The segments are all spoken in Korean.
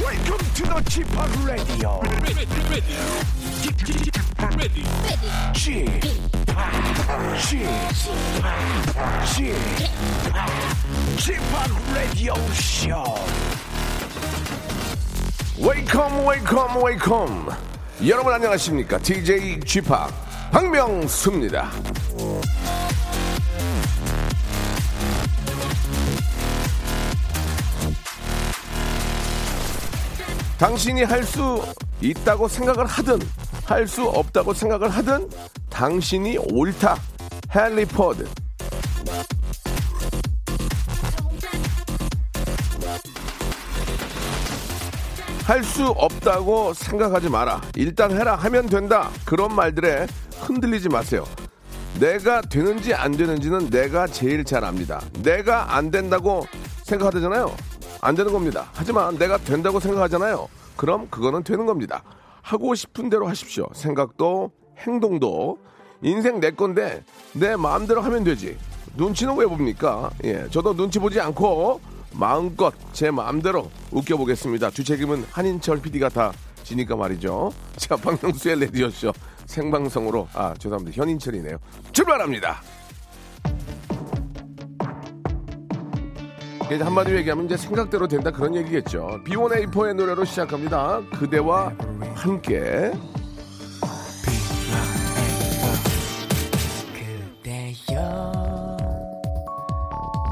Welcome to the g p o p Radio. ready, ready, ready, g p o p g p o p g p o p Radio Show. Welcome, welcome, welcome. 여러분 안녕하십니까? DJ g p o p 박명수입니다. 당신이 할 수 있다고 생각을 하든 할 수 없다고 생각을 하든 당신이 옳다. 헨리 포드. 할 수 없다고 생각하지 마라. 일단 해라 하면 된다. 그런 말들에 흔들리지 마세요. 내가 되는지 안 되는지는 내가 제일 잘 압니다. 내가 안 된다고 생각하잖아요. 안 되는 겁니다. 하지만 내가 된다고 생각하잖아요. 그럼 그거는 되는 겁니다. 하고 싶은 대로 하십시오. 생각도 행동도 인생 내 건데 내 마음대로 하면 되지. 눈치는 왜 봅니까? 예, 저도 눈치 보지 않고 마음껏 제 마음대로 웃겨보겠습니다. 주책임은 한인철 PD가 다 지니까 말이죠. 자, 박명수의 레디오쇼 생방송으로 아 죄송합니다 현인철이네요. 출발합니다. 이제 한마디로 얘기하면 이제 생각대로 된다 그런 얘기겠죠. B1A4의 노래로 시작합니다. 그대와 함께. 그대여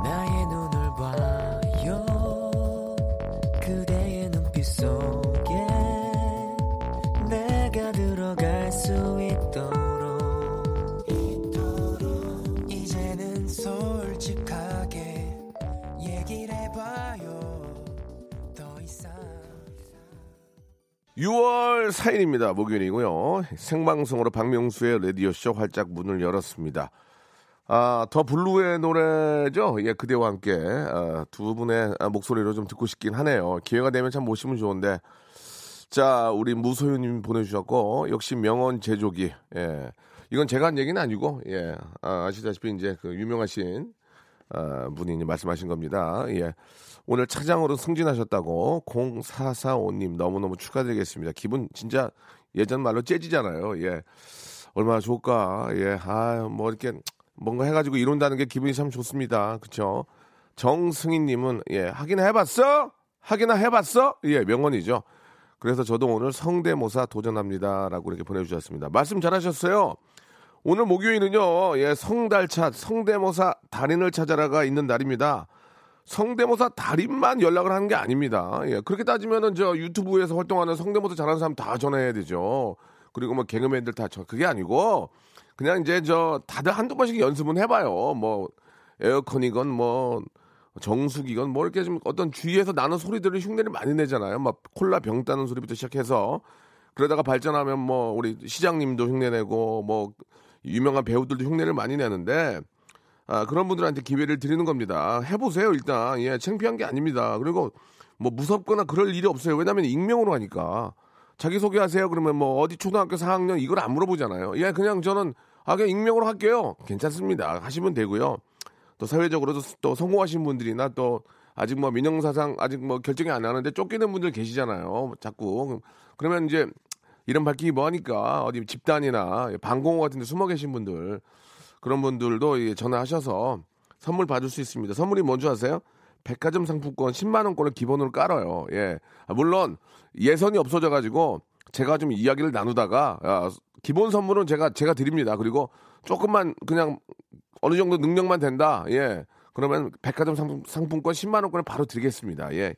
나의 눈을 봐요 그대의 눈빛 속에 내가 들어갈 수 있도록 이제는 솔직하게 얘기를 해봐요 더 이상 6월 4일입니다. 목요일이고요. 생방송으로 박명수의 라디오쇼 활짝 문을 열었습니다. 아, 더 블루의 노래죠? 예, 그대와 함께 아, 두 분의 아, 목소리로 좀 듣고 싶긴 하네요. 기회가 되면 참 모시면 좋은데. 자, 우리 무소유님 보내주셨고, 역시 명언 제조기. 예. 이건 제가 한 얘기는 아니고, 예. 아, 시다시피 이제 그 유명하신 아, 분이 이제 말씀하신 겁니다. 예. 오늘 차장으로 승진하셨다고 0445님 너무너무 축하드리겠습니다. 기분 진짜 예전 말로 째지잖아요. 예. 얼마나 좋을까. 예. 아, 뭐 이렇게 뭔가 해가지고 이룬다는 게 기분이 참 좋습니다. 그쵸? 정승희님은 예. 하긴 해봤어? 하긴 해봤어? 예. 명언이죠. 그래서 저도 오늘 성대모사 도전합니다라고 이렇게 보내주셨습니다. 말씀 잘하셨어요. 오늘 목요일은요, 예, 성달차 성대모사 달인을 찾아라가 있는 날입니다. 성대모사 달인만 연락을 하는 게 아닙니다. 예, 그렇게 따지면은 저 유튜브에서 활동하는 성대모사 잘하는 사람 다 전화해야 되죠. 그리고 뭐 개그맨들 다 전, 그게 아니고 그냥 이제 저 다들 한두 번씩 연습은 해봐요. 뭐 에어컨이건 뭐 정수기건 뭐 이렇게 좀 어떤 주위에서 나는 소리들을 흉내를 많이 내잖아요. 막 콜라 병 따는 소리부터 시작해서 그러다가 발전하면 뭐 우리 시장님도 흉내내고 뭐 유명한 배우들도 흉내를 많이 내는데 아, 그런 분들한테 기회를 드리는 겁니다. 해보세요 일단 예 창피한 게 아닙니다. 그리고 뭐 무섭거나 그럴 일이 없어요. 왜냐하면 익명으로 하니까 자기 소개하세요 그러면 뭐 어디 초등학교 4학년 이걸 안 물어보잖아요. 예 그냥 저는 아 그냥 익명으로 할게요. 괜찮습니다. 하시면 되고요. 또 사회적으로도 또 성공하신 분들이나 또 아직 뭐 민영사상 아직 뭐 결정이 안 나는데 쫓기는 분들 계시잖아요. 자꾸 그러면 이제 이름 밝히기 뭐하니까 어디 집단이나 방공호 같은 데 숨어 계신 분들 그런 분들도 이 전화하셔서 선물 받을 수 있습니다. 선물이 뭔지 아세요? 백화점 상품권 10만 원권을 기본으로 깔아요. 예. 아, 물론 예선이 없어져 가지고 제가 좀 이야기를 나누다가 아, 기본 선물은 제가 제가 드립니다. 그리고 조금만 그냥 어느 정도 능력만 된다. 예. 그러면 백화점 상품, 상품권 10만 원권을 바로 드리겠습니다. 예.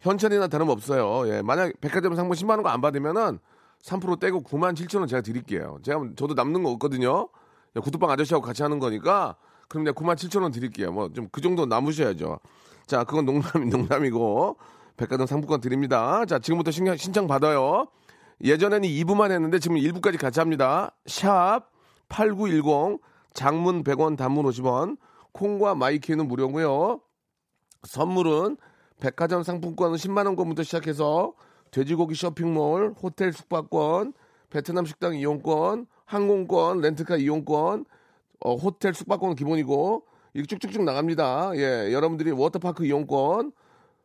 현찰이나 다름없어요. 예. 만약 백화점 상품 10만 원권 안 받으면은 3% 떼고 9만 7천 원 제가 드릴게요. 제가 저도 남는 거 없거든요. 예, 구두빵 아저씨하고 같이 하는 거니까 그럼 내가 9만 7천 원 드릴게요. 뭐 좀 그 정도 남으셔야죠. 자, 그건 농담이 농담이고 백화점 상품권 드립니다. 자, 지금부터 신청, 신청 받아요. 예전에는 2부만 했는데 지금 1부까지 같이 합니다. 샵 8910 장문 100원 단문 50원 콩과 마이키는 무료고요. 선물은 백화점 상품권 10만 원권부터 시작해서 돼지고기 쇼핑몰, 호텔 숙박권, 베트남 식당 이용권, 항공권, 렌트카 이용권, 어, 호텔 숙박권 기본이고 이게 쭉쭉쭉 나갑니다. 예, 여러분들이 워터파크 이용권,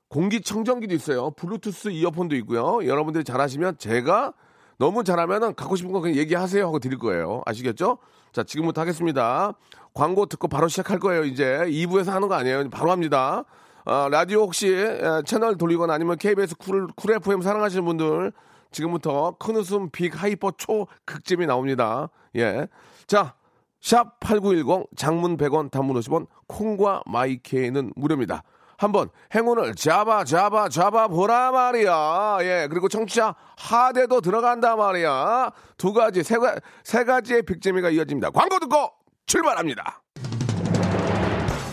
공기청정기도 있어요. 블루투스 이어폰도 있고요. 여러분들이 잘하시면 제가 너무 잘하면은 갖고 싶은 거 그냥 얘기하세요 하고 드릴 거예요. 아시겠죠? 자, 지금부터 하겠습니다. 광고 듣고 바로 시작할 거예요. 이제 2부에서 하는 거 아니에요. 바로 합니다. 아, 라디오 혹시 에, 채널 돌리거나 아니면 KBS 쿨, 쿨 FM 사랑하시는 분들 지금부터 큰 웃음 빅 하이퍼 초 극잼이 나옵니다. 예. 자, 샵 8910 장문 100원 단문 50원 콩과 마이케이는 무료입니다. 한번 행운을 잡아 잡아 잡아 보라 말이야. 예. 그리고 청취자 하대도 들어간다 말이야. 두 가지 세, 가- 세 가지의 빅재미가 이어집니다. 광고 듣고 출발합니다.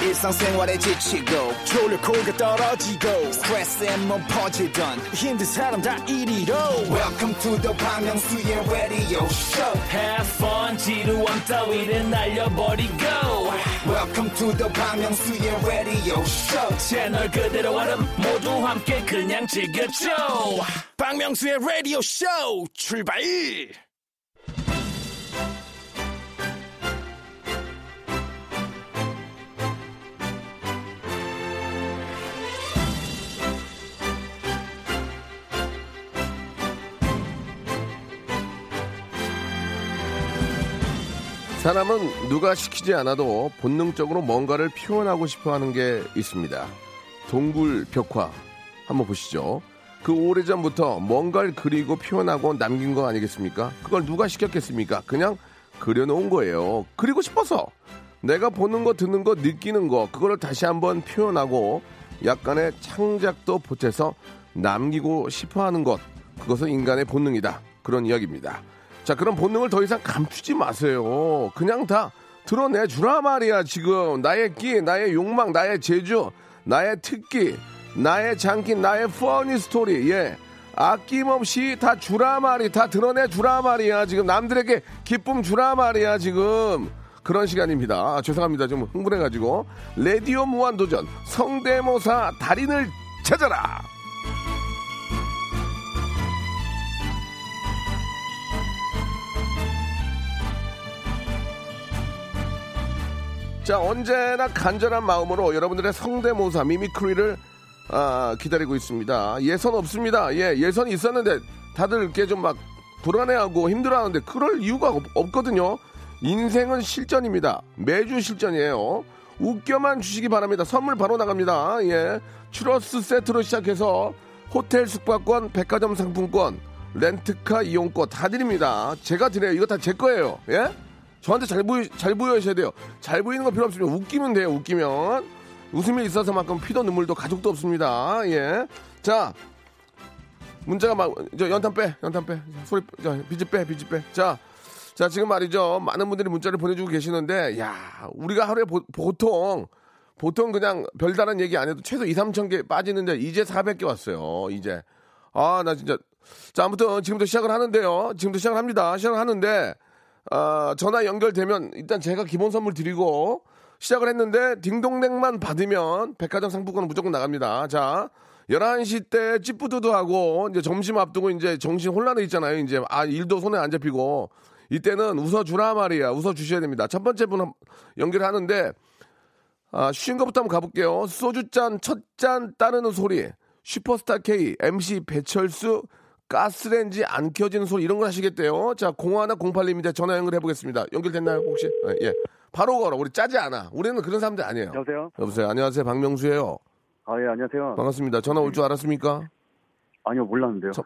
일상생활에 지치고, 졸려 코가 떨어지고, 스트레스에 몸 퍼지던, 힘든 사람 다 이리로. welcome to the Bang Myung-soo's radio show Have fun 지루함 따위를 날려버리고 welcome to the Bang Myung-soo's radio show Channel 채널 그대로 와름 모두 함께 그냥 즐겨줘 박명수의 radio show 출발 사람은 누가 시키지 않아도 본능적으로 뭔가를 표현하고 싶어 하는 게 있습니다. 동굴 벽화 한번 보시죠. 그 오래전부터 뭔가를 그리고 표현하고 남긴 거 아니겠습니까? 그걸 누가 시켰겠습니까? 그냥 그려놓은 거예요. 그리고 싶어서 내가 보는 거, 듣는 거, 느끼는 거 그거를 다시 한번 표현하고 약간의 창작도 보태서 남기고 싶어 하는 것 그것은 인간의 본능이다. 그런 이야기입니다. 자, 그런 본능을 더 이상 감추지 마세요. 그냥 다 드러내 주라 말이야, 지금. 나의 끼, 나의 욕망, 나의 재주, 나의 특기, 나의 장기, 나의 퍼니 스토리. 예. 아낌없이 다 주라 말이, 다 드러내 주라 말이야. 지금 남들에게 기쁨 주라 말이야, 지금. 그런 시간입니다. 아, 죄송합니다. 좀 흥분해가지고. 레디오 무한도전 성대모사 달인을 찾아라! 자 언제나 간절한 마음으로 여러분들의 성대모사 미미크리를 아, 기다리고 있습니다. 예선 없습니다. 예 예선이 있었는데 다들 이렇게 좀 막 불안해하고 힘들어하는데 그럴 이유가 없, 없거든요. 인생은 실전입니다. 매주 실전이에요. 웃겨만 주시기 바랍니다. 선물 바로 나갑니다. 예 추러스 세트로 시작해서 호텔 숙박권, 백화점 상품권, 렌트카 이용권 다 드립니다. 제가 드려요. 이거 다 제 거예요. 예? 저한테 잘 보이 잘 보여야 돼요. 잘 보이는 거 필요 없으면 웃기면 돼요. 웃기면 웃음이 있어서만큼 피도 눈물도 가족도 없습니다. 예. 자 문제가 막저 연탄 빼 연탄 빼 소리 자, 비지 빼 비지 빼. 자. 자 지금 말이죠 많은 분들이 문자를 보내주고 계시는데 야 우리가 하루에 보, 보통 보통 그냥 별다른 얘기 안 해도 최소 2, 3천 개 빠지는데 이제 400개 왔어요 이제 아 나 진짜 자 아무튼 지금부터 시작을 하는데요 지금부터 시작을 합니다 시작을 하는데 아, 전화 연결되면 일단 제가 기본 선물 드리고 시작을 했는데 딩동댕만 받으면 백화점 상품권은 무조건 나갑니다. 자, 11시 때 찌뿌드드하고 이제 점심 앞두고 이제 정신 혼란에 있잖아요. 이제 아, 일도 손에 안 잡히고 이때는 웃어주라 말이야. 웃어주셔야 됩니다. 첫 번째 분 한- 연결하는데 아, 쉬운 것부터 한번 가볼게요. 소주잔, 첫 잔 따르는 소리. 슈퍼스타 K, MC 배철수, 가스레인지 안 켜지는 소리 이런 걸 하시겠대요. 자, 0108님인데 전화 연결해 보겠습니다. 연결됐나요, 혹시? 아, 예. 바로 걸어. 우리 짜지 않아. 우리는 그런 사람들 아니에요. 여보세요. 여보세요. 안녕하세요. 박명수예요. 어. 아 예 안녕하세요. 반갑습니다. 전화 올 줄 알았습니까? 아니요, 몰랐는데요. 참,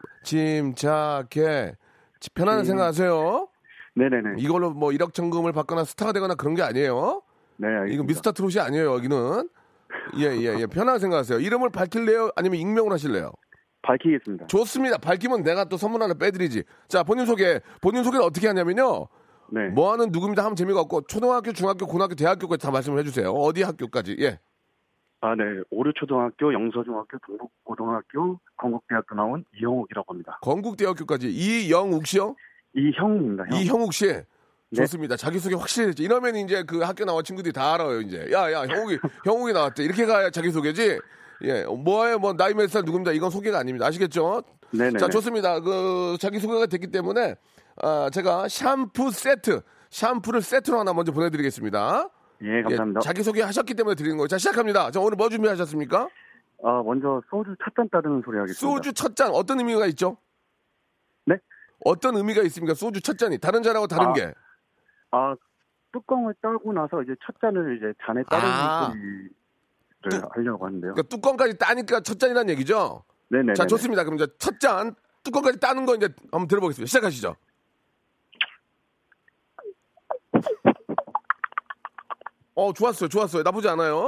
침착해. 지- 편안한 생각하세요. 네네네. 이걸로 뭐 일확천금을 받거나 스타가 되거나 그런 게 아니에요. 네, 알겠습니다. 이거 미스터 트롯이 아니에요. 여기는 예예예 편안하게 생각하세요. 이름을 밝힐래요? 아니면 익명으로 하실래요? 밝히겠습니다. 좋습니다. 밝히면 내가 또 선물 하나 빼드리지. 자 본인 소개 본인 소개를 어떻게 하냐면요. 네. 뭐하는 누구입니다 하면 재미가 없고 초등학교, 중학교, 고등학교, 대학교까지 다 말씀을 해주세요. 어디 학교까지? 예. 아, 네. 오류초등학교, 영서중학교, 동북고등학교, 건국대학교 나온 이형욱이라고 합니다. 건국대학교까지 이영욱 씨요? 이형욱입니다. 형. 이형욱 씨. 네. 좋습니다. 자기 소개 확실히 했지. 이러면 이제 그 학교 나온 친구들이 다 알아요. 이제 야야 형욱이 형욱이 나왔대. 이렇게 가야 자기 소개지. 예, 뭐에 뭐 나이 몇 살 누굽니다. 이건 소개가 아닙니다. 아시겠죠? 네네. 자, 좋습니다. 그 자기 소개가 됐기 때문에 아, 제가 샴푸 세트, 샴푸를 세트로 하나 먼저 보내드리겠습니다. 예, 감사합니다. 자기 소개 하셨기 때문에 드리는 거예요. 자, 시작합니다. 자, 오늘 뭐 준비하셨습니까? 아, 먼저 소주 찻잔 따르는 소리 하겠습니다. 소주 첫 잔 어떤 의미가 있죠? 네? 어떤 의미가 있습니까? 소주 첫 잔이 다른 잔하고 다른 아, 게. 아, 뚜껑을 따고 나서 이제 첫 잔을 이제 잔에 따르는 아. 소리를 하려고 하는데요. 그러니까 뚜껑까지 따니까 첫 잔이라는 얘기죠? 네네. 자, 좋습니다. 그럼 이제 첫 잔 뚜껑까지 따는 거 이제 한번 들어보겠습니다. 시작하시죠. 어, 좋았어요. 좋았어요. 나쁘지 않아요.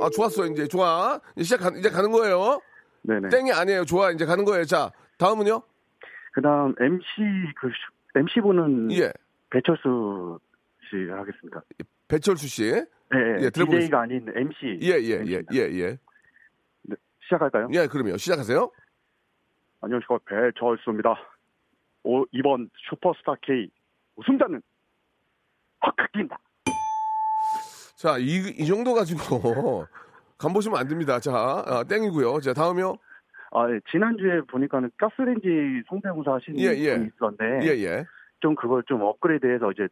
아, 좋았어요. 이제 좋아. 이제 시작 가- 이제 가는 거예요. 네네. 땡이 아니에요. 좋아. 이제 가는 거예요. 자, 다음은요? 그다음 MC 그 MC 보는 예. 배철수 씨 하겠습니다. 배철수 씨. 예, 네, 네. 예, 들어보겠습니다. DJ가 아닌 MC. 예, 예, 예, 예. 시작할까요? 예, 그럼요. 시작하세요. 안녕하십니까 배철수입니다. 오, 이번 슈퍼스타 K 우승자는 확학기입니다. 자, 이, 이 정도 가지고 간 보시면 안 됩니다. 자, 아, 땡이고요. 자, 다음이요. 아 예, 지난주에 보니까는 가스레인지 성대모사 하시는 예, 예. 분이 있었는데 예, 예. 좀 그걸 좀 업그레이드해서 이제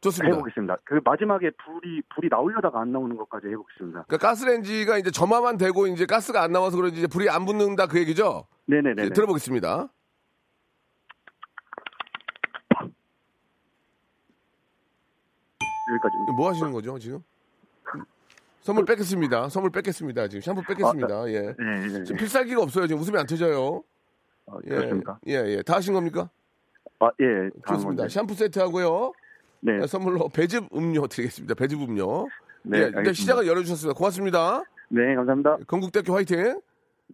좋습니다. 해보겠습니다. 그 마지막에 불이 불이 나오려다가 안 나오는 것까지 해보겠습니다. 그러니까 가스레인지가 이제 점화만 되고 이제 가스가 안 나와서 그런지 이제 불이 안 붙는다 그 얘기죠? 네네네. 예, 들어보겠습니다. 여기까지. 뭐 하시는 거죠, 지금? 선물 뺏겠습니다. 선물 뺏겠습니다. 지금 샴푸 뺏겠습니다. 예. 네, 네, 네. 지금 필살기가 없어요. 지금 웃음이 안 터져요. 아, 예. 그렇습니까? 예, 예. 다 하신 겁니까? 아 예. 다음 좋습니다. 건데. 샴푸 세트 하고요. 네. 선물로 배즙 음료 드리겠습니다. 배즙 음료. 네, 예, 일단 알겠습니다. 시작을 열어주셨습니다. 고맙습니다. 네, 감사합니다. 건국대학교 화이팅!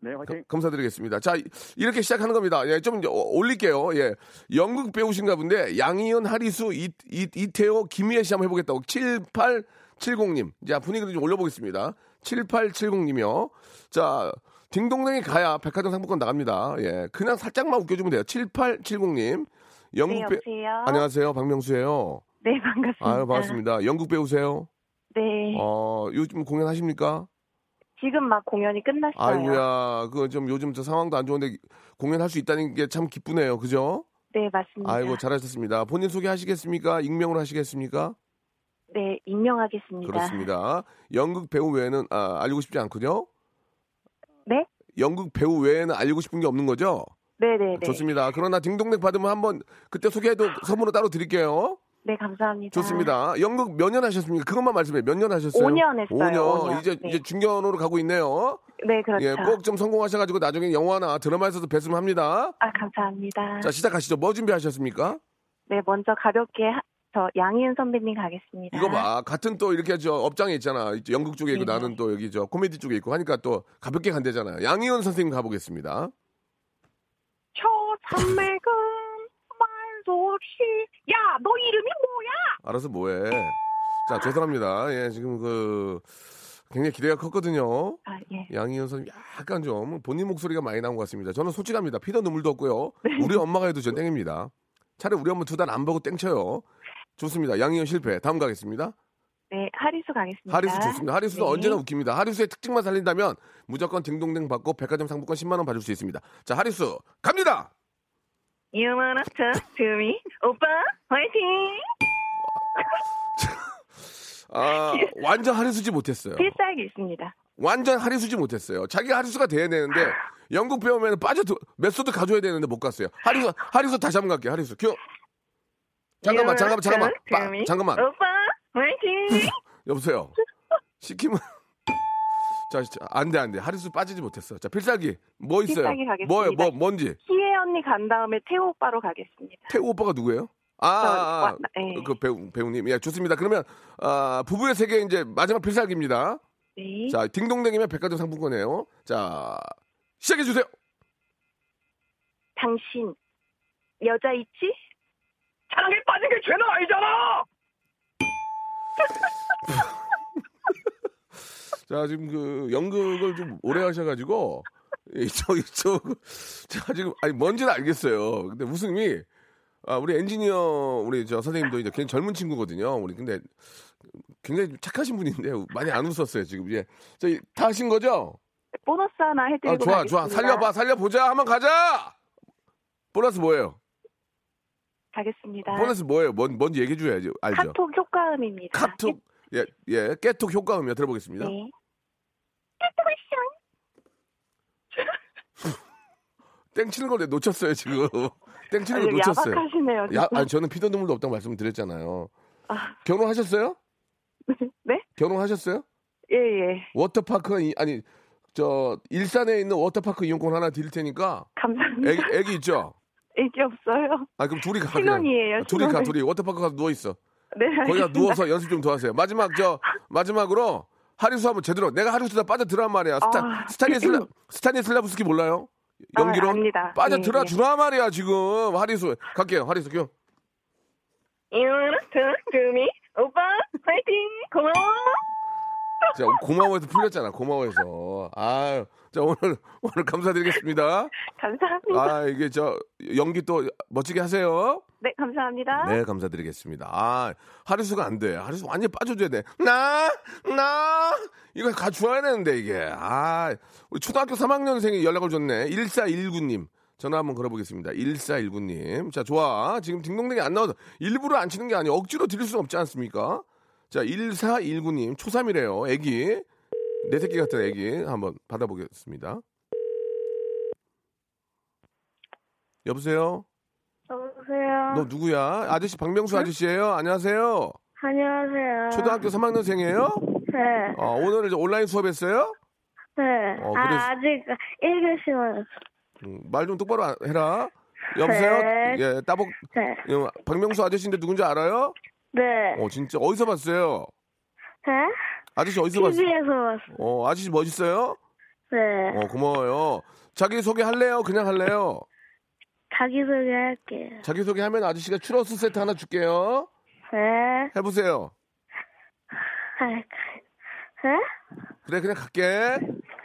네, 그 화이팅. 감- 감사드리겠습니다. 자, 이- 이렇게 시작하는 겁니다. 예, 좀 이제 어- 올릴게요. 예. 연극 배우신가 본데, 양희은, 하리수, 이, 이, 이태호, 김희애 씨 한번 해보겠다고. 7870님. 자, 분위기를 좀 올려보겠습니다. 7870님이요. 자, 딩동댕이 가야 백화점 상품권 나갑니다. 예. 그냥 살짝만 웃겨주면 돼요. 7870님. 네, 영국 배 여보세요. 안녕하세요. 박명수예요 네, 반갑습니다. 아유, 반갑습니다. 영국 배우세요? 네, 어, 요즘 공연하십니까? 지금 막 공연이 끝났어요. 아이고야, 그 좀 요즘 저 상황도 안 좋은데 공연할 수 있다는 게 참 기쁘네요. 그죠? 네, 맞습니다. 아이고, 잘하셨습니다. 본인 소개하시겠습니까? 익명으로 하시겠습니까? 네, 임명하겠습니다. 그렇습니다. 연극 배우 외에는 아, 알고 싶지 않군요. 네? 연극 배우 외에는 알고 싶은 게 없는 거죠? 네, 네, 네. 좋습니다. 그러나 딩동댕 받으면 한번 그때 소개해도 선물로 따로 드릴게요. 네, 감사합니다. 좋습니다. 연극 몇 년 하셨습니까? 그것만 말씀해. 몇 년 하셨어요? 오년 했어요. 5년. 오 년. 이제 네. 이제 중견으로 가고 있네요. 네, 그렇죠. 예, 꼭 좀 성공하셔가지고 나중에 영화나 드라마에서도 뵀으면 합니다. 아, 감사합니다. 자 시작하시죠. 뭐 준비하셨습니까? 네, 먼저 가볍게 하- 저 양희은 선배님 가겠습니다. 이거 봐 같은 또 이렇게 저 업장에 있잖아. 이제 연극 쪽에 있고 나는 또 여기 저 코미디 쪽에 있고 하니까 또 가볍게 간대잖아요. 양희은 선생님 가보겠습니다. 초산맥은 말도 없이 야 너 이름이 뭐야? 알아서 뭐해? 자 죄송합니다. 예 지금 그 굉장히 기대가 컸거든요. 아, 예. 양희은 선생님 약간 좀 본인 목소리가 많이 나온 것 같습니다. 저는 솔직합니다. 피도 눈물도 없고요. 우리 엄마가 해도 전 땡입니다. 차라리 우리 엄마 두 단 안 보고 땡쳐요. 좋습니다. 양희은 실패. 다음 가겠습니다. 네, 하리수 가겠습니다. 하리수 좋습니다. 하리수는 네. 언제나 웃깁니다. 하리수의 특징만 살린다면 무조건 딩동댕 받고 백화점 상품권 10만 원 받을 수 있습니다. 자, 하리수 갑니다. You wanna talk to me? 오빠 화이팅! 아, 완전 하리수지 못했어요. 필살기 있습니다. 완전 하리수지 못했어요. 자기가 하리수가 돼야 되는데 영국 배우면 빠져 메소드 가져야 되는데 못 갔어요. 하리수 하리수 다시 한번 갈게요. 하리수 큐. 잠깐만, 네, You 잠깐만, 잠깐만, wanna talk to 빠, 어? me? 잠깐만. 오빠 화이팅! 여보세요. 시키면 자, 안 돼, 안 돼. 하리수 빠지지 못했어. 자, 필살기. 뭐 있어요? 필살기 가겠습니다. 뭐예요? 뭐, 뭔지. 희애 언니 간 다음에 태호 오빠로 가겠습니다. 태우 오빠가 누구예요? 아, 아, 아. 저, 네. 그 배우, 배우님. 예, 좋습니다. 그러면, 아, 부부의 세계 이제 마지막 필살기입니다. 네. 자, 딩동댕이면 백화점 상품권이에요. 자, 시작해주세요. 당신 여자 있지? 사랑에 빠진 게 죄는 아니잖아. 자, 지금 그 연극을 좀 오래 하셔가지고, 이쪽, 이쪽. 자, 지금, 아니, 뭔지는 알겠어요. 근데 웃음이, 아, 우리 엔지니어, 우리 저 선생님도 이제 굉장히 젊은 친구거든요. 우리 근데 굉장히 좀 착하신 분인데 많이 안 웃었어요, 지금. 예. 이제. 저기 다 하신 거죠? 보너스 하나 네, 해드리고 아, 좋아, 좋아. 가겠습니다. 살려봐, 살려보자. 한번 가자! 보너스 뭐예요? 가겠습니다. 보너스 뭐예요? 뭔, 뭔지 얘기해줘야지. 알죠? 카톡 효과음입니다. 카톡, 예, 예. 깨톡 효과음이요. 들어보겠습니다. 네. 땡 치는 걸 내가 놓쳤어요, 지금. 땡 치는 아니, 걸 놓쳤어요. 야박하시네요. 진짜. 야, 아니, 저는 피도 눈물도 없다고 말씀을 드렸잖아요. 결혼하셨어요? 네? 결혼하셨어요? 예, 예. 워터파크 이- 아니 저 일산에 있는 워터파크 이용권 하나 드릴 테니까 감사합니다. 애기, 애기 있죠? 애기 없어요. 아 그럼 둘이 가 그냥. 신혼이에요. 아, 둘이 가 신혼을. 둘이 워터파크 가서 누워 있어. 네. 거기다 알겠습니다. 누워서 연습 좀 더 하세요. 마지막 저 마지막으로 하리수 한번 제대로 내가 하리수 다 빠져들란 말이야. 스타 아. 스타니슬라 스타니슬라부스키 몰라요? 연기로 아, 압니다. 빠져들어 예, 예. 주라 말이야 지금 하리수 갈게요 하리수 교. 네. 이렇다, 금이 오빠 파이팅 고마워. 자, 고마워해서 풀렸잖아. 고마워해서. 아, 자 오늘 오늘 감사드리겠습니다. 감사합니다. 아, 이게 저 연기 또 멋지게 하세요. 네, 감사합니다. 네, 감사드리겠습니다. 아, 하루수가 안 돼. 하루수 완전 히 빠져줘야 돼. 나, 나 이거 가 줘야 되는데 이게. 아, 우리 초등학교 3학년생이 연락을 줬네. 1419님. 전화 한번 걸어보겠습니다. 1419님. 자, 좋아. 지금 딩동댕이 안 나와서 일부러 안 치는 게 아니에요. 억지로 드릴 수는 없지 않습니까? 자, 1419님. 초3이래요. 애기. 내 새끼 같은 애기. 한번 받아보겠습니다. 여보세요? 여보세요. 너 누구야? 아저씨 박명수 아저씨예요. 안녕하세요. 안녕하세요. 초등학교 3학년생이에요? 네. 어, 오늘 이제 온라인 수업했어요? 네. 어, 그래서- 아, 아직 1교시만. 음, 말 좀 똑바로 안- 해라. 여보세요? 네. 예, 따복 네. 예, 박명수 아저씨인데 누군지 알아요? 네. 어, 진짜 어디서 봤어요? 네? 아저씨 어디서 봤어요? TV에서 봤어요. 어, 아저씨 멋있어요? 네. 어, 고마워요. 자기 소개 할래요? 그냥 할래요? 자기소개 할게요. 자기 소개하면 아저씨가 추러스 세트 하나 줄게요. 네. 해 보세요. 아, 네? 그래 그냥 갈게.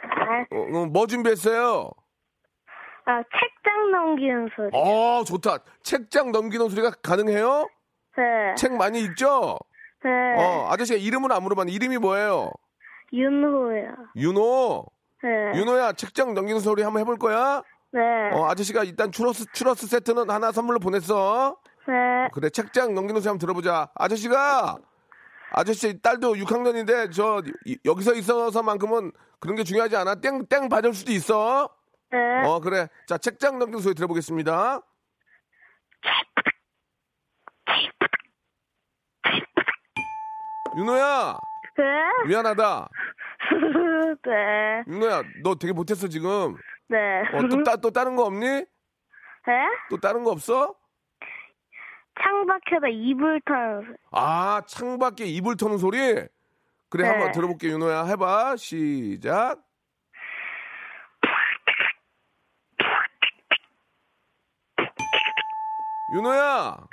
아, 어, 어, 뭐 준비했어요? 아, 책장 넘기는 소리. 어, 좋다. 책장 넘기는 소리가 가능해요? 네. 책 많이 읽죠? 네. 어, 아저씨가 이름은 안 물어봤는데 이름이 뭐예요? 윤호요. 윤호. 네. 윤호야, 책장 넘기는 소리 한번 해볼 거야? 네. 어, 아저씨가 일단 추러스, 추러스 세트는 하나 선물로 보냈어. 네. 그래, 책장 넘기는 소리 한번 들어보자. 아저씨가, 아저씨 딸도 6학년인데, 저, 이- 여기서 있어서만큼은 그런 게 중요하지 않아. 땡, 땡 받을 수도 있어. 네. 어, 그래. 자, 책장 넘기는 소리 들어보겠습니다. 윤호야, 네. 미안하다. 네. 윤호야, 너 되게 못했어, 지금. 네. 어, 또, 따, 또 다른 거 없니? 네? 또 다른 거 없어? 창밖에다 이불 타는 소리. 아, 창밖에 이불 터는 소리? 그래, 네. 한번 들어볼게, 윤호야. 해봐. 시작. 윤호야,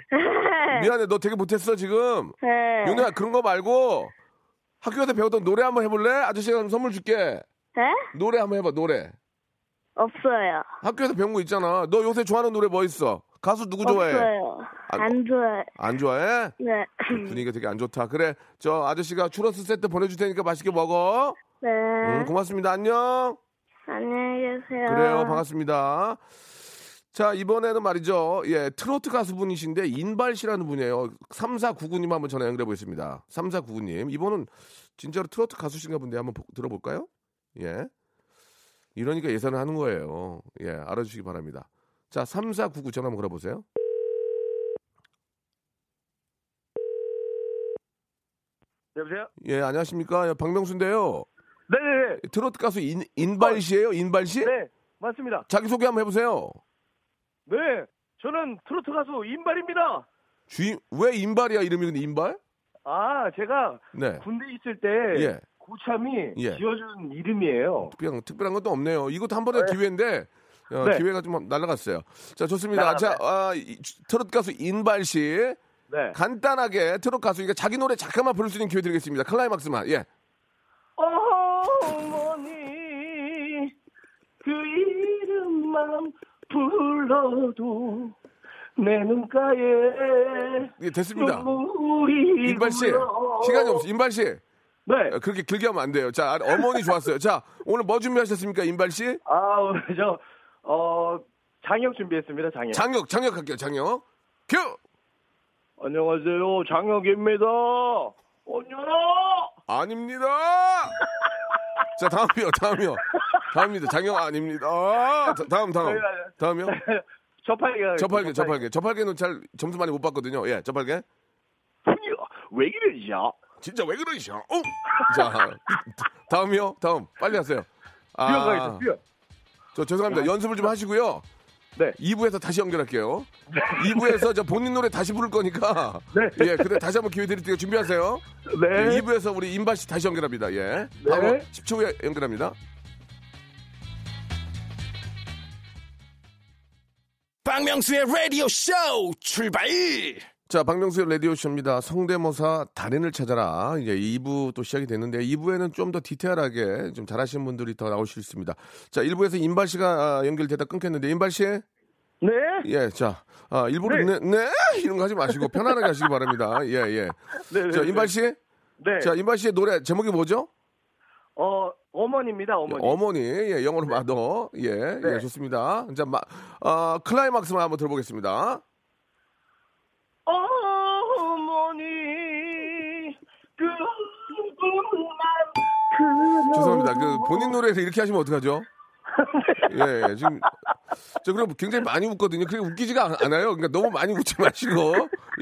미안해. 너 되게 못했어, 지금. 네. 윤호야, 그런 거 말고 학교에서 배웠던 노래 한번 해볼래? 아저씨가 그럼 선물 줄게. 네? 노래 한번 해봐, 노래. 없어요. 학교에서 배운 거 있잖아. 너 요새 좋아하는 노래 뭐 있어? 가수 누구 좋아해? 없어요. 아, 안 좋아요. 안 좋아해? 네. 분위기가 되게 안 좋다. 그래, 저 아저씨가 추러스 세트 보내줄 테니까 맛있게 먹어. 네. 음, 고맙습니다. 안녕. 안녕히 계세요. 그래요, 반갑습니다. 자, 이번에는 말이죠. 예, 트로트 가수분이신데 인발 씨라는 분이에요. 3499님 한번 전화 연결해 보겠습니다. 3499님. 이번은 진짜로 트로트 가수신가 본데 한번 보- 들어볼까요? 예. 이러니까 예산을 하는 거예요. 예, 알아주시기 바랍니다. 자, 3499 전화 한번 걸어보세요. 여보세요? 예, 안녕하십니까. 예, 박명수인데요. 네네네. 트로트 가수 인, 인발 씨예요? 인발 씨? 어, 네, 맞습니다. 자기 소개 한번 해보세요. 네, 저는 트로트 가수 임발입니다. 주인 왜 인발이야 이름이 근데 인발? 아, 제가 네. 군대 있을 때 예. 고참이 예. 지어준 이름이에요. 특별한 특별한 것도 없네요. 이것도 한 번의 기회인데 어, 네. 기회가 좀 날아갔어요. 자 좋습니다. 자 날아갔네. 아, 이 주- 트로트 가수 인발 씨 네. 간단하게 트로트 가수니까 자기 노래 잠깐만 부를 수 있는 기회 드리겠습니다. 클라이막스만 예. 어머니 그 이름만 불러도 내 눈가에 예, 됐습니다. 눈물이 인발 씨 흘러. 시간이 없어. 인발 씨 네. 어, 그렇게 길게 하면 안 돼요. 자 아, 어머니 좋았어요. 자 오늘 뭐 준비하셨습니까 인발 씨? 아, 오늘 저 어, 장혁 준비했습니다. 장혁. 장혁 장혁 할게요. 장혁 큐. 안녕하세요. 장혁입니다. 안녕. 아닙니다. 자 다음이요 다음이요 다음입니다. 장혁 아닙니다. 자, 다음 다음 다음이요. 저팔계. 저팔계, 저팔계. 저팔계는 잘 점수 많이 못 봤거든요. 예, 저팔계. 왜 이러죠? 진짜 왜 그러시죠? 어? 자, 다음이요. 다음. 빨리 하세요. 아, 뛰어가야죠. 뛰어. 저 죄송합니다. 연습을 좀 하시고요. 네. 2부에서 다시 연결할게요. 2부에서 저 본인 노래 다시 부를 거니까. 네. 예, 그래 다시 한번 기회 드릴 테니까 준비하세요. 네. 예, 2부에서 우리 임바 씨 다시 연결합니다. 예. 네. 바로 10초 후에 연결합니다. 박명수의 라디오 쇼 출발 자, 박명수의 라디오쇼입니다. 성대모사 달인을 찾아라. 이제 2부 또 시작이 됐는데 2부에는 좀 더 디테일하게 좀 잘하시는 분들이 더 나올 수 있습니다. 자, 1부에서 임발 씨가 아, 연결되다 끊겼는데 임발 씨? 네. 예, 자, 아, 일부러 네. 네? 이런 거 하지 마시고 편안하게 하시기 바랍니다. 예, 예. 네, 네, 자, 네. 임발 씨? 네. 자, 임발 씨의 노래 제목이 뭐죠? 어, 어머니입니다. 어머니. 네. 어머니. 예, 영어로 마더. 예, 예, 좋습니다. 자, 마, 아, 클라이막스만 한번 들어보겠습니다. 어머니 그 얼굴만 죄송합니다. 그 본인 노래에서 이렇게 하시면 어떡하죠? 예, 예, 지금 저 그럼 굉장히 많이 웃거든요. 그게 웃기지가 않- 않아요. 그러니까 너무 많이 웃지 마시고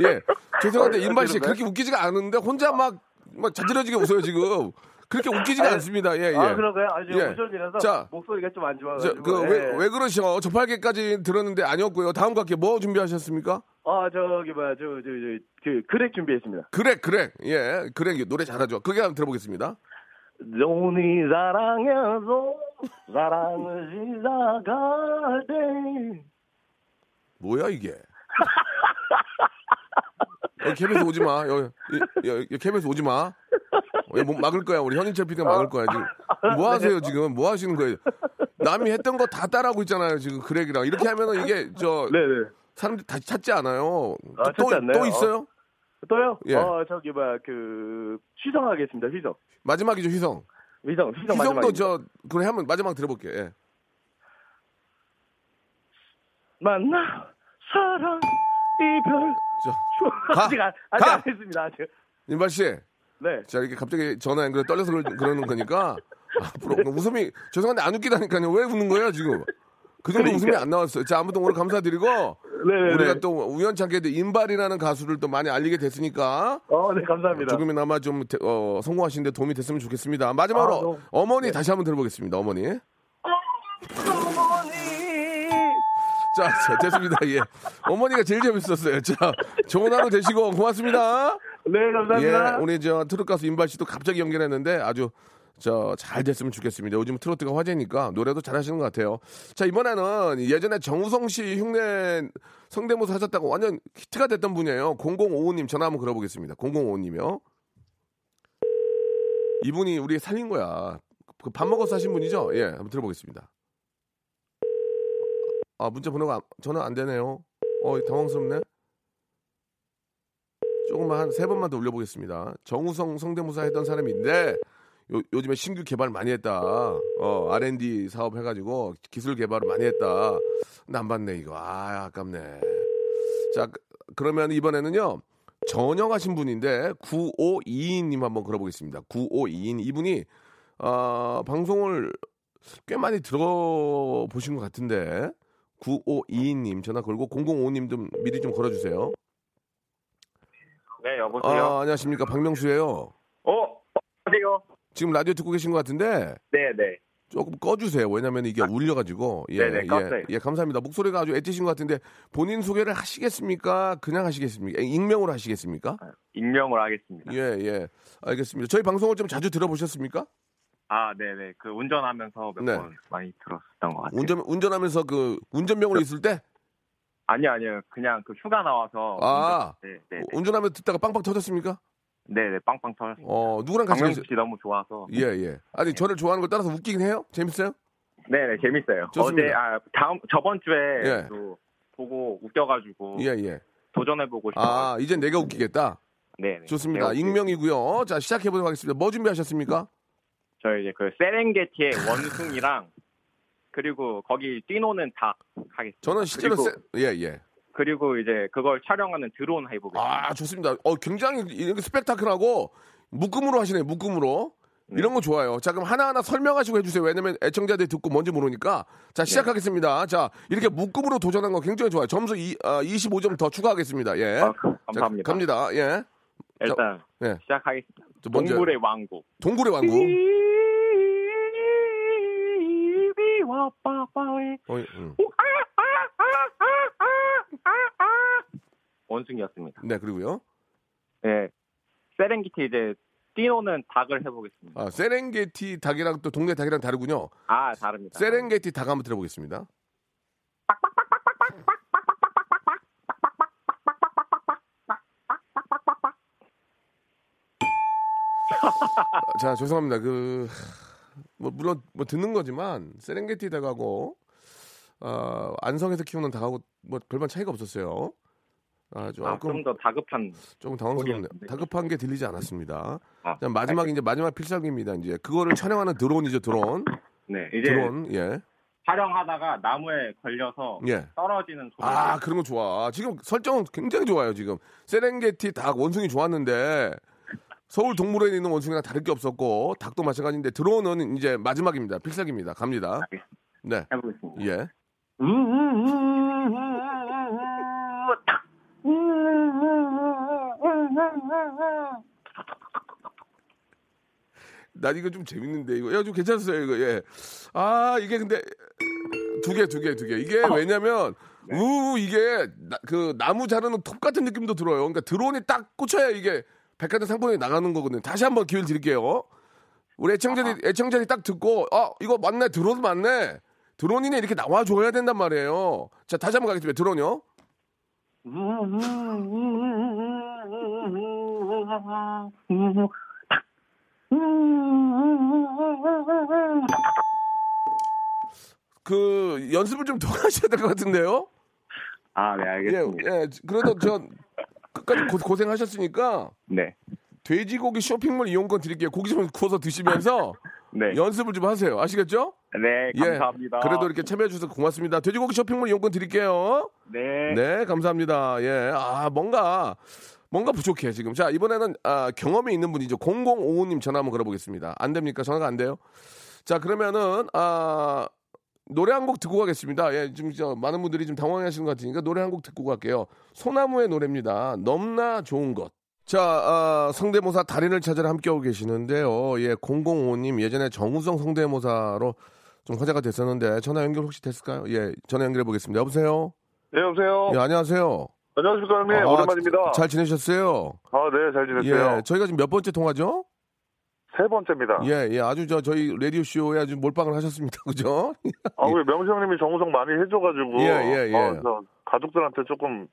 예 어, 죄송한데 임발 씨 그렇게 웃기지가 않은데 혼자 막막 뭐 자지러지게 웃어요 지금 그렇게 웃기지가 않습니다. 예, 예. 아 그런가요? 아주 예. 우전이라서 자. 목소리가 좀 안 예. 좋아서 저그왜 왜 그러셔? 저팔계까지 들었는데 아니었고요. 다음 갈게요. 뭐 준비하셨습니까? 아 저기 뭐야 저저저그 그렉 준비했습니다. 그래, 그래, 예, 그래 노래 잘하죠. 그게 한번 들어보겠습니다. 눈이 사랑해서 사랑을 시작할 때 뭐야 이게? 여기 캡에서 오지 마. 여기, 여- 여- 여기 캡에서 오지 마. 여기 못 막을 거야. 우리 현인철 PD가 막을 거야 지금. 뭐 하세요 네. 지금? 뭐 하시는 거예요? 남이 했던 거 다 따라하고 있잖아요 지금 그렉이랑. 이렇게 하면은 이게 저 네네 사람들이 다시 찾지 않아요. 아, 또- 또, 찾지 않나요? 또 있어요? 또요? 예. 어 저기 뭐야 그 휘성하겠습니다 휘성 마지막이죠 휘성. 휘성 휘성 마지막 휘성도 저 그래 한번 마지막 들어볼게요. 예. 만나 사랑 이별 저 가! 아직 안, 아직 가! 안 했습니다 아직 임발 씨. 네 자 이렇게 갑자기 전화 연결 떨려서 그러- 그러는 거니까 앞으로 그 웃음이 죄송한데 안 웃기다니까요 왜 웃는 거예요 지금 그 정도 웃음이 안 나왔어요 자 아무튼 오늘 감사드리고 그러니까. 네네네. 우리가 또 우연찮게도 인발이라는 가수를 또 많이 알리게 됐으니까 어, 네, 감사합니다. 조금이나마 좀 대- 어, 성공하시는데 도움이 됐으면 좋겠습니다 마지막으로 아, 너무- 어머니 다시 한번 들어보겠습니다 어머니 자, 자, 됐습니다 예 어머니가 제일 재밌었어요 자 좋은 하루 되시고 고맙습니다. 네, 감사합니다. 예, 우리 저 트롯 가수 임발 씨도 갑자기 연결했는데 아주 저 잘 됐으면 좋겠습니다. 요즘 트로트가 화제니까 노래도 잘하시는 것 같아요. 자 이번에는 예전에 정우성 씨 흉내 성대모사 하셨다고 완전 히트가 됐던 분이에요. 0055님 전화 한번 걸어보겠습니다. 0055님이요. 이분이 우리 살린 거야. 그 밥 먹어서 하신 분이죠? 예, 한번 들어보겠습니다. 아 문자 번호가 안- 전화 안 되네요. 어 당황스럽네. 조금만 한 세 번만 더 올려보겠습니다. 정우성 성대모사 했던 사람인데 요, 요즘에 신규 개발 많이 했다. 어, R&D 사업 해가지고 기술 개발을 많이 했다. 근데 안 봤네 이거. 아 아깝네. 자 그- 그러면 이번에는요. 전역하신 분인데 9522님 한번 걸어보겠습니다. 9522님 이분이 아, 방송을 꽤 많이 들어보신 것 같은데 9522님 전화 걸고 005님 좀 미리 좀 걸어주세요. 네, 여보세요. 아, 안녕하십니까. 박명수예요 어, 안녕하세요. 지금 라디오 듣고 계신 것 같은데 네, 네. 조금 꺼주세요. 왜냐면 이게 울려가지고. 예, 아. 네네, 예, 깜짝이야. 예, 감사합니다. 목소리가 아주 애티신 것 같은데 본인 소개를 하시겠습니까? 그냥 하시겠습니까? 에, 익명으로 하시겠습니까? 아, 익명을 하겠습니다. 예, 예. 알겠습니다. 저희 방송을 좀 자주 들어보셨습니까? 아, 네, 네. 그 운전하면서 몇 네. 번 많이 들었었던 것 같아요. 네. 운전 운전하면서 그 운전병으로 있을 때 아니요, 아니요. 그냥 그 휴가 나와서 아. 운전- 네, 네, 네. 운전하면 듣다가 빵빵 터졌습니까? 네, 네. 빵빵 터졌어요. 어, 누구랑 같이 강명수 계세요? 네. 씨 너무 좋아서. 예, 예. 아니 저를 좋아하는 거 따라서 웃기긴 해요. 재밌어요? 네, 네. 재밌어요. 좋습니다. 어제 아, 다음 저번 주에 예. 또 보고 웃겨 가지고 예, 예. 도전해 보고 싶어요. 아, 이제 내가 웃기겠다. 네, 네. 좋습니다. 네, 익명이고요. 자, 시작해 보도록 하겠습니다. 뭐 준비하셨습니까? 저 이제 그 세렝게티의 원숭이랑 그리고 거기 뛰노는 닭 하겠습니다. 저는 실제로 아, 그리고, 네. 세... 예, 예. 그리고 이제 그걸 촬영하는 드론 해보겠습니다. 아, 좋습니다. 어, 굉장히 이렇게 스펙타클하고 묶음으로 하시네요. 묶음으로. 네. 이런 거 좋아요. 자, 그럼 하나하나 설명하시고 해주세요. 왜냐면 애청자들이 듣고 뭔지 모르니까. 네. 자, 시작하겠습니다. 자, 이렇게 묶음으로 도전한 거 굉장히 좋아요. 점수 이, 아, 25점 더 추가하겠습니다. 예. 아, 감사합니다. 자, 갑니다. 예. 일단 예. 시작하겠습니다. 저 먼저. 동굴의 왕국. 동굴의 왕국. 와 빠빠이. 어, 음. 원숭이였습니다. 네, 그리고요. 네. 세렝게티 이제 뛰노는 닭을 해보겠습니다. 아, 세렝게티 닭이랑 또 동네 닭이랑 다르군요. 아, 다릅니다. 세렝게티 닭 한번 들어보겠습니다. 자 죄송합니다. 그 뭐, 물론 뭐 듣는 거지만 세렝게티 닭하고 어, 안성에서 키우는 닭하고 뭐 별반 차이가 없었어요. 아 조금 아, 좀 더 다급한. 조금 당황스럽네요. 소리였는데. 다급한 게 들리지 않았습니다. 아, 자, 마지막 이제 마지막 필살기입니다. 이제 그거를 촬영하는 드론이죠 드론. 네. 이제 드론 예 촬영하다가 나무에 걸려서 예. 떨어지는 소리. 아 그런 거 좋아. 지금 설정은 굉장히 좋아요. 지금 세렝게티 닭 원숭이 좋았는데 서울 동물원에 있는 원숭이랑 다를 게 없었고 닭도 마찬가지인데 드론은 이제 마지막입니다. 필살기입니다. 갑니다. 네. 해보겠습니다. 뭐. 예. 나 이거 좀 재밌는데 이거 야좀 괜찮았어요 이거 예. 아 이게 근데 두 개 두 개 두 개 이게 왜냐면 우 이게 나- 그 나무 자르는 톱 같은 느낌도 들어요. 그러니까 드론이 딱 꽂혀야 이게 백화점 상품에 나가는 거거든요. 다시 한번 기회를 드릴게요. 우리 애청자들이 애청자들이 딱 듣고 아 이거 맞네 드론 맞네 드론이네 이렇게 나와줘야 된단 말이에요. 자 다시 한번 가겠습니다. 드론요. 그 연습을 좀 더 하셔야 될 것 같은데요. 아, 네, 예, 알겠습니다. 예. 그래도 저 끝까지 고, 고생하셨으니까 네. 돼지고기 쇼핑몰 이용권 드릴게요. 고기 좀 구워서 드시면서 네. 연습을 좀 하세요. 아시겠죠? 네, 감사합니다. 그래도 이렇게 참여해 주셔서 고맙습니다. 돼지고기 쇼핑몰 이용권 드릴게요. 네. 네, 감사합니다. 예. 아, 뭔가 뭔가 부족해 지금. 자, 이번에는 아, 경험이 있는 분이죠. 0055님 전화 한번 걸어보겠습니다. 안 됩니까? 전화가 안 돼요. 자, 그러면은 아 노래 한 곡 듣고 가겠습니다. 예, 지금 저 많은 분들이 좀 당황하시는 것 같으니까 노래 한 곡 듣고 갈게요. 소나무의 노래입니다. 넘나 좋은 것. 자, 아, 성대모사 달인을 찾으러 함께하고 계시는데요. 예, 005님 예전에 정우성 성대모사로 좀 화제가 됐었는데 전화 연결 혹시 됐을까요? 예, 전화 연결해 보겠습니다. 여보세요. 네, 여보세요. 예, 안녕하세요. 안녕하십니까, 형님. 아, 오랜만입니다. 잘 지내셨어요? 아, 네, 잘 지냈어요. 예, 저희가 지금 몇 번째 통화죠? 세 번째입니다. 예, 예, 아주 저 저희 라디오 쇼에 아주 몰빵을 하셨습니다, 그죠? 아, 우리 명수 형님이 정우성 많이 해줘가지고. 예, 예, 예. 아, 저 가족들한테 조금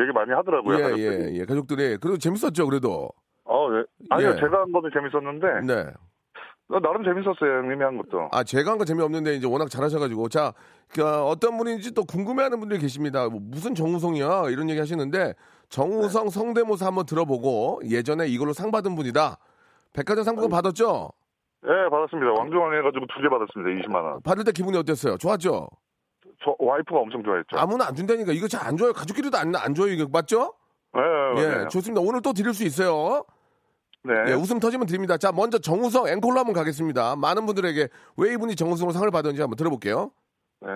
얘기 많이 하더라고요. 예, 가족들이. 예, 예, 가족들이 그리고 재밌었죠, 그래도. 아, 네. 아니요, 예. 제가 한 거는 재밌었는데. 네. 어, 나름 재밌었어요, 형님이 한 것도. 아, 제가 한 거 재미없는데 이제 워낙 잘하셔가지고 자, 그, 어떤 분인지 또 궁금해하는 분들이 계십니다. 뭐, 무슨 정우성이야 이런 얘기 하시는데 정우성 네. 성대모사 한번 들어보고 예전에 이걸로 상 받은 분이다. 백화점 상품 아, 네. 받았죠? 예, 받았습니다. 왕중왕 해가지고 두 개 받았습니다. 20만원. 받을 때 기분이 어땠어요? 좋았죠? 저 와이프가 엄청 좋아했죠. 아무나 안 준다니까 이거 잘 안 줘요. 가족끼리도 안, 안 줘요. 이거 맞죠? 예, 예, 예, 맞아요. 좋습니다. 오늘 또 드릴 수 있어요. 네. 예, 웃음 터지면 드립니다. 자, 먼저 정우성 앵콜로 한번 가겠습니다. 많은 분들에게 왜 이분이 정우성으로 상을 받았는지 한번 들어볼게요. 네.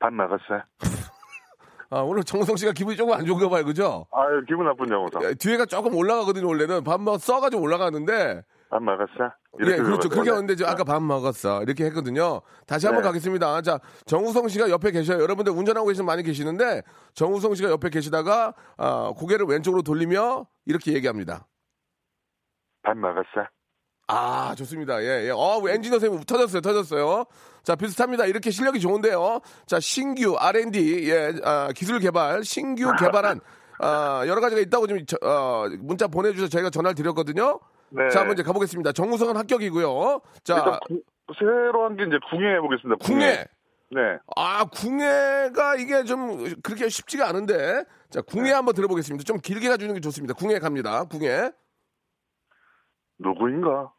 밥 먹었어요. 아, 오늘 정우성 씨가 기분이 조금 안 좋은가 봐요, 그죠? 아유, 기분 나쁜 영어상. 예, 뒤에가 조금 올라가거든요, 원래는. 밥 먹, 써가지고 올라가는데. 안 막았어? 예, 그렇죠. 그렇게 하는데, 저 아까 밥 먹었어. 이렇게 했거든요. 다시 한번 네. 가겠습니다. 자, 정우성 씨가 옆에 계셔요. 여러분들 운전하고 계신 분 많이 계시는데, 정우성 씨가 옆에 계시다가, 아, 고개를 왼쪽으로 돌리며, 이렇게 얘기합니다. 밥 막았어? 아, 좋습니다. 예, 예. 어, 엔지니어 선생님 터졌어요, 터졌어요. 자, 비슷합니다. 이렇게 실력이 좋은데요. 자, 신규 R&D, 예, 아, 기술 개발, 신규 개발한, 아, 여러 가지가 있다고 지금, 저, 어, 문자 보내주셔서 저희가 전화를 드렸거든요. 네. 자, 한번 이제 가보겠습니다. 정우성은 합격이고요. 일단 자, 구- 새로 한 게 이제 궁예 해보겠습니다. 궁예. 네. 아, 궁예가 이게 좀 그렇게 쉽지가 않은데. 자, 궁예 네. 한번 들어보겠습니다. 좀 길게 가주는 게 좋습니다. 궁예 갑니다. 궁예. 누구인가?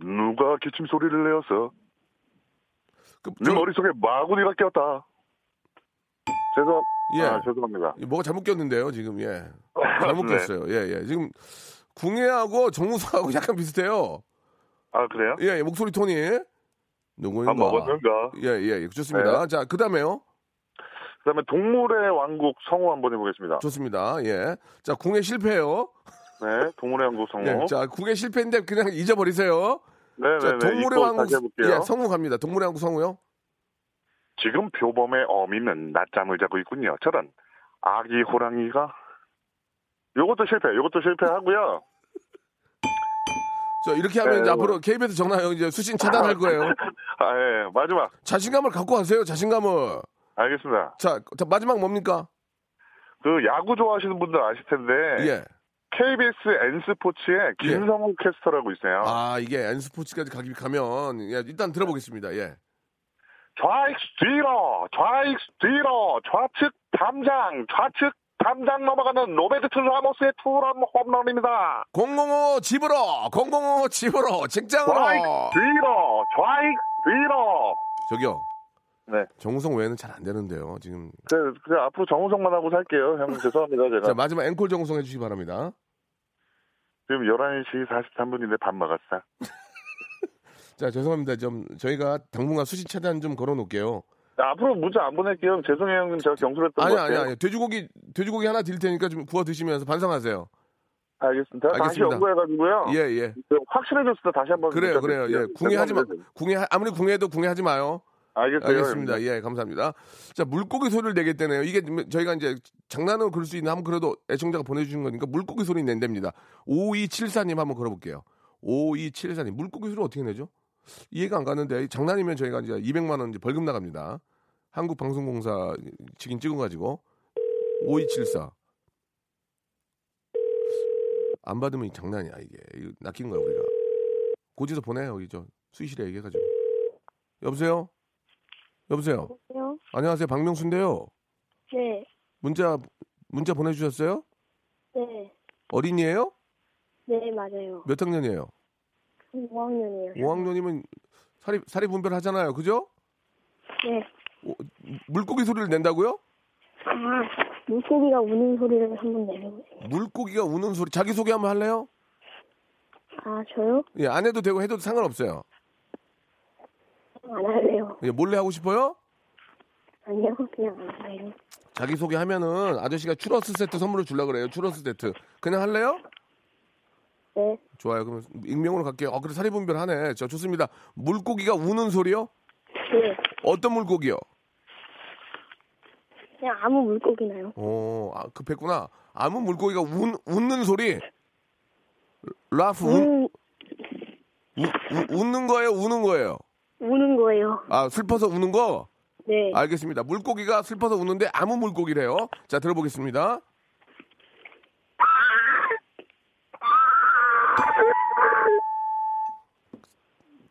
누가 기침 소리를 내어서 그, 내 저- 머릿속에 마구니가 꼈다. 죄송, 예. 아, 죄송합니다. 뭐가 잘못 꼈는데요, 지금, 예. 잘못 네. 꼈어요. 예, 예. 지금, 궁예하고 정우성하고 약간 비슷해요. 아, 그래요? 예, 예, 목소리 톤이. 누구인가? 밥 네. 먹었는가? 예, 예, 예, 좋습니다. 자, 그 다음에요. 그 다음에 동물의 왕국 성우 한번 해보겠습니다. 좋습니다. 예. 자, 궁예 실패예요. 네, 동물의 왕국 성우. 예, 자, 궁예 실패인데 그냥 잊어버리세요. 네, 네, 자, 네. 동물의 이거 왕국. 다시 해볼게요. 예, 성우 갑니다. 동물의 왕국 성우요. 지금 표범의 어미는 낮잠을 자고 있군요. 저런 아기 호랑이가 요것도 실패. 요것도 실패하고요. 자, 이렇게 하면 네, 이제 뭐. 앞으로 KBS 전화요 이제 수신 차단할 거예요. 아, 예. 마지막. 자신감을 갖고 가세요, 자신감을. 알겠습니다. 자, 자, 마지막 뭡니까? 그 야구 좋아하시는 분들 아실 텐데 예. KBS N 스포츠에 김성훈 캐스터라고 있어요. 아, 이게 N스포츠까지 가기 가면, 예, 일단 들어보겠습니다. 예. 좌익 뒤로, 좌익 뒤로, 좌측 담장, 좌측 담장 넘어가는 로베르트 라모스의 투런 홈런입니다. 005 집으로! 005 집으로! 좌익 직장으로! 뒤로, 좌익 뒤로. 저기요. 네. 정우성 외에는 잘 안 되는데요, 지금. 그, 그 앞으로 정우성만 하고 살게요. 형 죄송합니다. 제가 자, 마지막 앵콜 정우성 해주시기 바랍니다. 지금 11시 43분인데 밥 먹었어. 자, 죄송합니다. 좀, 저희가 당분간 수신 차단 좀 걸어 놓을게요. 나 앞으로 문자 안 보낼게요. 형. 죄송해요 형님. 제가 경솔했던 아니, 것 아니, 같아요. 아니. 돼지고기, 돼지고기 하나 드릴 테니까 좀 구워 드시면서 반성하세요. 알겠습니다. 다시 알겠습니다. 연구해가지고요. 그 예, 예. 확실해졌을 때 다시 한번 그래요, 문자 그래요. 예, 드릴게요. 궁예하지 마. 죄송합니다. 궁예 아무리 궁예해도 궁예하지 마요. 알겠어요. 알겠습니다. 형님. 예, 감사합니다. 자, 물고기 소리를 내겠다네요. 이게 뭐 저희가 이제 장난으로 그럴 수 있는 한번 그래도 애청자가 보내주신 거니까 물고기 소리 낸답니다. 5274님 한번 걸어볼게요. 5274님 물고기 소리 어떻게 내죠? 이해가 안 가는데 장난이면 저희가 이제 200만 원 이제 벌금 나갑니다. 한국방송공사 직인 찍어가지고 5274. 안 받으면 이 장난이야 이게 이거 낚인 거야 우리가 고지서 보내요 이저 수의실에 얘기해가지고 여보세요 여보세요 요 안녕하세요 박명수인데요 네. 문자 문자 보내주셨어요 네. 어린이에요 네, 맞아요. 몇 학년이에요 5학년이요. 5학년이면 사리 사리 분별 하잖아요 그죠 네. 오, 물고기 소리를 낸다고요 아, 물고기가 우는 소리를 한번 내려보세요. 물고기가 우는 소리 자기 소개 한번 할래요 아, 저요? 예 안 해도 되고 해도 상관없어요 안 할래요. 예 몰래 하고 싶어요 아니요, 그냥 안 할래요. 자기 소개 하면은 아저씨가 추러스 세트 선물로 주려 그래요 추러스 세트 그냥 할래요 네. 좋아요. 그럼 익명으로 갈게요. 아, 그래 사리 분별하네. 저 좋습니다. 물고기가 우는 소리요? 네. 어떤 물고기요? 그냥 아무 물고기나요? 오, 아, 급했구나. 아무 물고기가 운, 웃는 소리. 라프 운, 우는, 우, 음. 우- 웃는 거예요, 우는 거예요. 우는 거예요. 아, 슬퍼서 우는 거? 네. 알겠습니다. 물고기가 슬퍼서 우는데 아무 물고기래요. 자, 들어보겠습니다.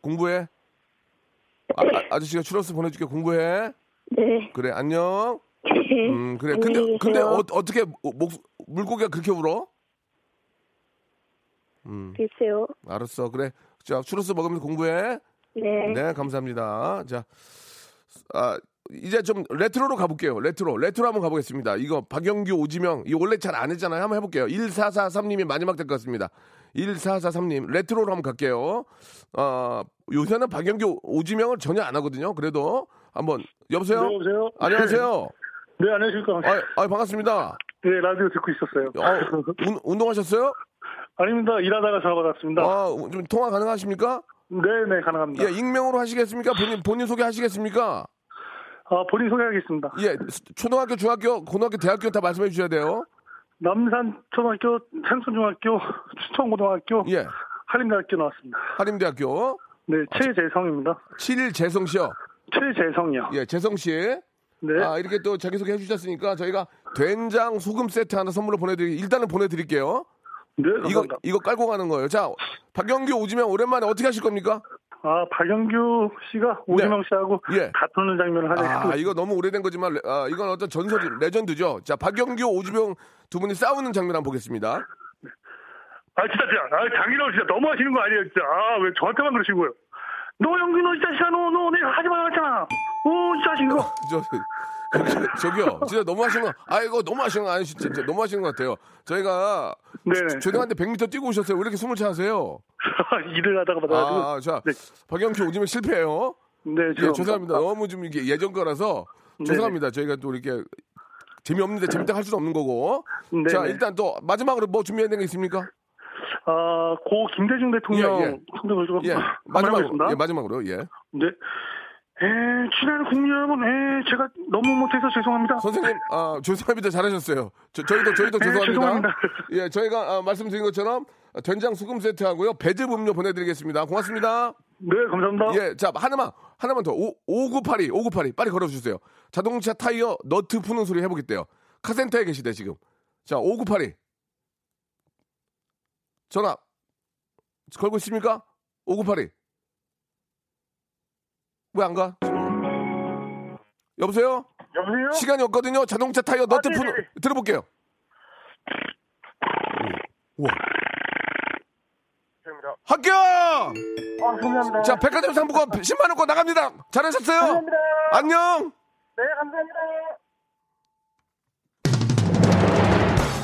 공부해. 아, 저씨가 추러스 보내줄게. 공부해. 네. 그래, 안녕. 음, 그래. 근데, 안녕히 근데 계세요. 어, 떻게 목, 물고기가 그렇게 울어? 음, 글쎄요. 알았어. 그래. 자, 추러스 먹으면서 공부해. 네. 네, 감사합니다. 자, 아, 이제 좀 레트로로 가볼게요. 레트로. 레트로 한번 가보겠습니다. 이거 박영규, 오지명. 이 원래 잘 안 했잖아요. 한번 해볼게요. 1443님이 마지막 될 것 같습니다. 1443님. 레트로로 한번 갈게요. 어, 요새는 박영규, 오지명을 전혀 안 하거든요. 그래도 한번. 여보세요? 여보세요? 안녕하세요. 네, 안녕하십니까. 아, 아, 반갑습니다. 네, 라디오 듣고 있었어요. 아, 운, 운동하셨어요? 아닙니다. 일하다가 전화 받았습니다. 아, 좀 통화 가능하십니까? 네, 네, 가능합니다. 예, 익명으로 하시겠습니까? 본인, 본인 소개하시겠습니까? 아, 본인 소개하겠습니다. 예, 초등학교, 중학교, 고등학교, 대학교 다 말씀해 주셔야 돼요. 남산 초등학교, 산촌중학교, 추천고등학교, 예. 한림대학교 나왔습니다. 한림대학교. 네, 최재성입니다. 7일 재성 씨요. 최재성이요. 예, 재성 씨. 네. 아, 이렇게 또 자기소개 해주셨으니까 저희가 된장 소금 세트 하나 선물로 보내드리, 일단은 보내드릴게요. 네, 아, 이거, 감사합니다. 이거 깔고 가는 거예요. 자, 박영규 오지면 오랜만에 어떻게 하실 겁니까? 아, 박영규 씨가 오지명 씨하고 네. 예. 다투는 장면을 하겠습니다. 아, 이거 너무 오래된 거지만, 레- 아, 이건 어떤 전설, 레전드죠. 자, 박영규 오지명 두 분이 싸우는 장면 한번 보겠습니다. 아 진짜 진짜 아 장인어른 진짜 너무 하시는 거 아니에요 진짜 아 왜 저한테만 그러시고요 너 영균 너이 자식아 너너 내일 하지 말라 했잖아 오이 자식 이거 저, 저기, 요 진짜 너무 하시는 거, 아, 이거 너무 하시는 거 아니시, 진짜 너무 하시는 것 같아요. 저희가, 네네. 죄송한데 100m 뛰고 오셨어요. 왜 이렇게 숨을 차세요? 일을 하다가 받아가지고 아, 자, 박영규 오지면 실패해요. 네 예, 죄송합니다. 죄송합니다. 너무 좀 이게 예전 거라서, 네네. 죄송합니다. 저희가 또 이렇게, 재미없는데 재밌다 할 수는 없는 거고. 네네. 자, 일단 또, 마지막으로 뭐 준비해야 되는 게 있습니까? 아고 김대중 대통령 예, 예. 성대모사 좀 예, 한번 마지막으로, 해보겠습니다. 예, 마지막으로, 예. 네. 에, 친한 국민 여러분, 에, 제가 너무 못해서 죄송합니다. 선생님, 아, 죄송합니다. 잘하셨어요. 저, 저희도, 저희도 네, 죄송합니다. 죄송합니다. 예, 저희가 아, 말씀드린 것처럼 된장 수금 세트하고요. 배즙 음료 보내드리겠습니다. 고맙습니다. 네, 감사합니다. 예, 자, 하나만, 하나만 더. 오, 5982, 5982. 빨리 걸어주세요. 자동차 타이어 너트 푸는 소리 해보겠대요. 카센터에 계시대, 지금. 자, 5982. 전화. 걸고 있습니까? 5982. 왜 안 가? 여보세요? 여보세요? 시간이 없거든요. 자동차 타이어 너트 푸는 들어볼게요. 우와. 합격! 감사합니다. 자, 백화점 상품권 10만 원권 나갑니다. 잘하셨어요. 감사합니다. 안녕. 네, 감사합니다.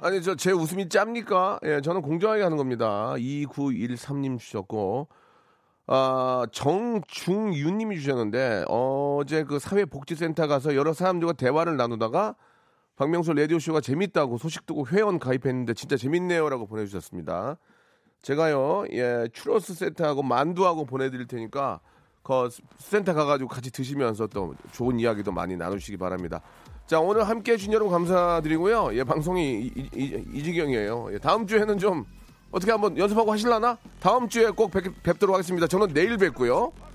아니 저 제 웃음이 짭니까? 예, 저는 공정하게 하는 겁니다. 2913님 주셨고 아, 정중윤 님이 주셨는데 어제 그 사회복지센터 가서 여러 사람들과 대화를 나누다가 박명수 라디오 쇼가 재밌다고 소식 듣고 회원 가입했는데 진짜 재밌네요라고 보내 주셨습니다. 제가요. 예, 추러스 세트하고 만두하고 보내 드릴 테니까 그 센터 가가지고 같이 드시면서 또 좋은 이야기도 많이 나누시기 바랍니다. 자 오늘 함께 해주신 여러분 감사드리고요. 예 방송이 이, 이, 이 지경이에요. 예, 다음 주에는 좀 어떻게 한번 연습하고 하실라나? 다음 주에 꼭 뵙, 뵙도록 하겠습니다. 저는 내일 뵙고요.